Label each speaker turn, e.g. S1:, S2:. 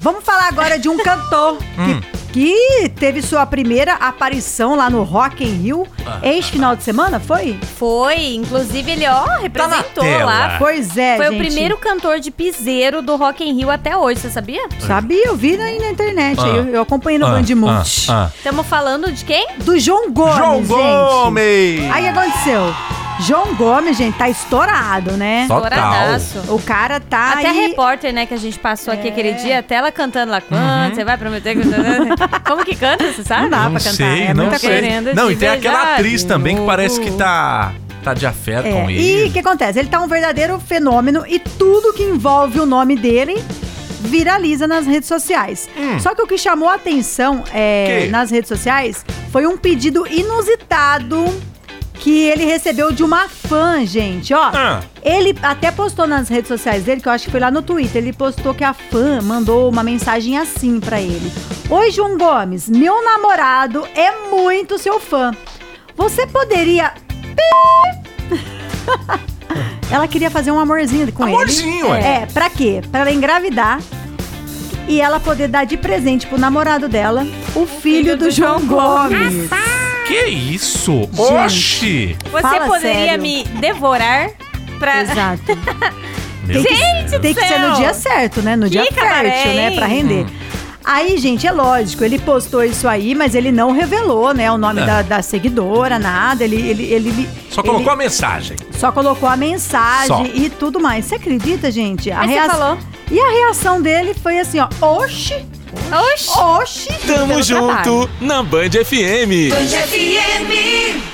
S1: Vamos falar agora de um cantor
S2: Hum.
S1: que, que teve sua primeira aparição lá no Rock in Rio.
S2: Ah,
S1: Este final de semana, foi?
S3: Foi, inclusive ele, ó, representou
S2: tela.
S3: lá.
S1: Pois Tá é,
S3: Foi o
S1: gente.
S3: primeiro cantor de piseiro do Rock in Rio até hoje, você sabia?
S1: Sabia, eu vi aí na internet.
S2: Ah.
S1: Eu, eu acompanhei no
S2: Ah,
S1: Band Multi.
S2: ah, ah.
S3: Estamos falando de quem?
S1: Do João Gomes,
S2: João
S1: gente.
S2: Gomes!
S1: Aí é o que aconteceu? João Gomes, gente, tá estourado, né?
S2: Total.
S3: Estouradaço.
S1: O cara tá
S3: Até
S1: aí... É.
S3: a repórter, né, que a gente passou aqui aquele dia, até ela cantando lá,
S1: Uhum.
S3: quando você vai prometer que... Como que canta, você sabe?
S1: Não dá
S2: Não
S1: pra cantar.
S2: sei,
S1: é
S2: não
S1: muita
S2: sei.
S1: coisa.
S3: Querendo
S2: não,
S3: te
S2: e tem
S3: beijar
S2: aquela atriz
S3: de
S2: também que
S3: novo.
S2: parece que tá, tá de afeto
S1: É,
S2: com
S1: E o
S2: ele.
S1: que acontece? Ele tá um verdadeiro fenômeno e tudo que envolve o nome dele viraliza nas redes sociais. Só que o que chamou a atenção é,
S2: Que?
S1: nas redes sociais foi um pedido inusitado que ele recebeu de uma fã, gente, ó.
S2: Ah.
S1: Ele até postou nas redes sociais dele, que eu acho que foi lá no Twitter, ele postou que a fã mandou uma mensagem assim pra ele. Oi, João Gomes, meu namorado é muito seu fã. Você poderia ela queria fazer um amorzinho com ele.
S2: Amorzinho, ué.
S1: É, pra quê? Pra ela engravidar e ela poder dar de presente pro namorado dela o filho, do, João Gomes.
S2: Que isso? Oxi!
S3: Você
S1: Fala
S3: poderia
S1: sério.
S3: me devorar pra...
S1: Exato.
S2: Meu
S1: Tem que-
S2: Deus.
S1: Tem que ser no
S3: céu.
S1: dia certo, né? No dia
S3: cabaré,
S1: fértil, né?
S3: hein?
S1: Pra render.
S2: Hum.
S1: Aí, gente, é lógico, ele postou isso aí, mas ele não revelou, né, o nome
S2: É.
S1: da, da seguidora, nada. Ele, ele, ele, ele-
S2: Só
S1: ele-
S2: colocou a mensagem.
S1: Só colocou a mensagem
S2: Só.
S1: e tudo mais. Você acredita, gente? A
S3: Mas você
S1: reação-
S3: falou.
S1: E a reação dele foi assim, ó. Oxi!
S3: Oxi!
S1: Oxi!
S4: Tamo
S1: é
S3: Pelo
S1: um
S4: junto
S3: trabalho.
S4: na Band FM.
S5: Band FM.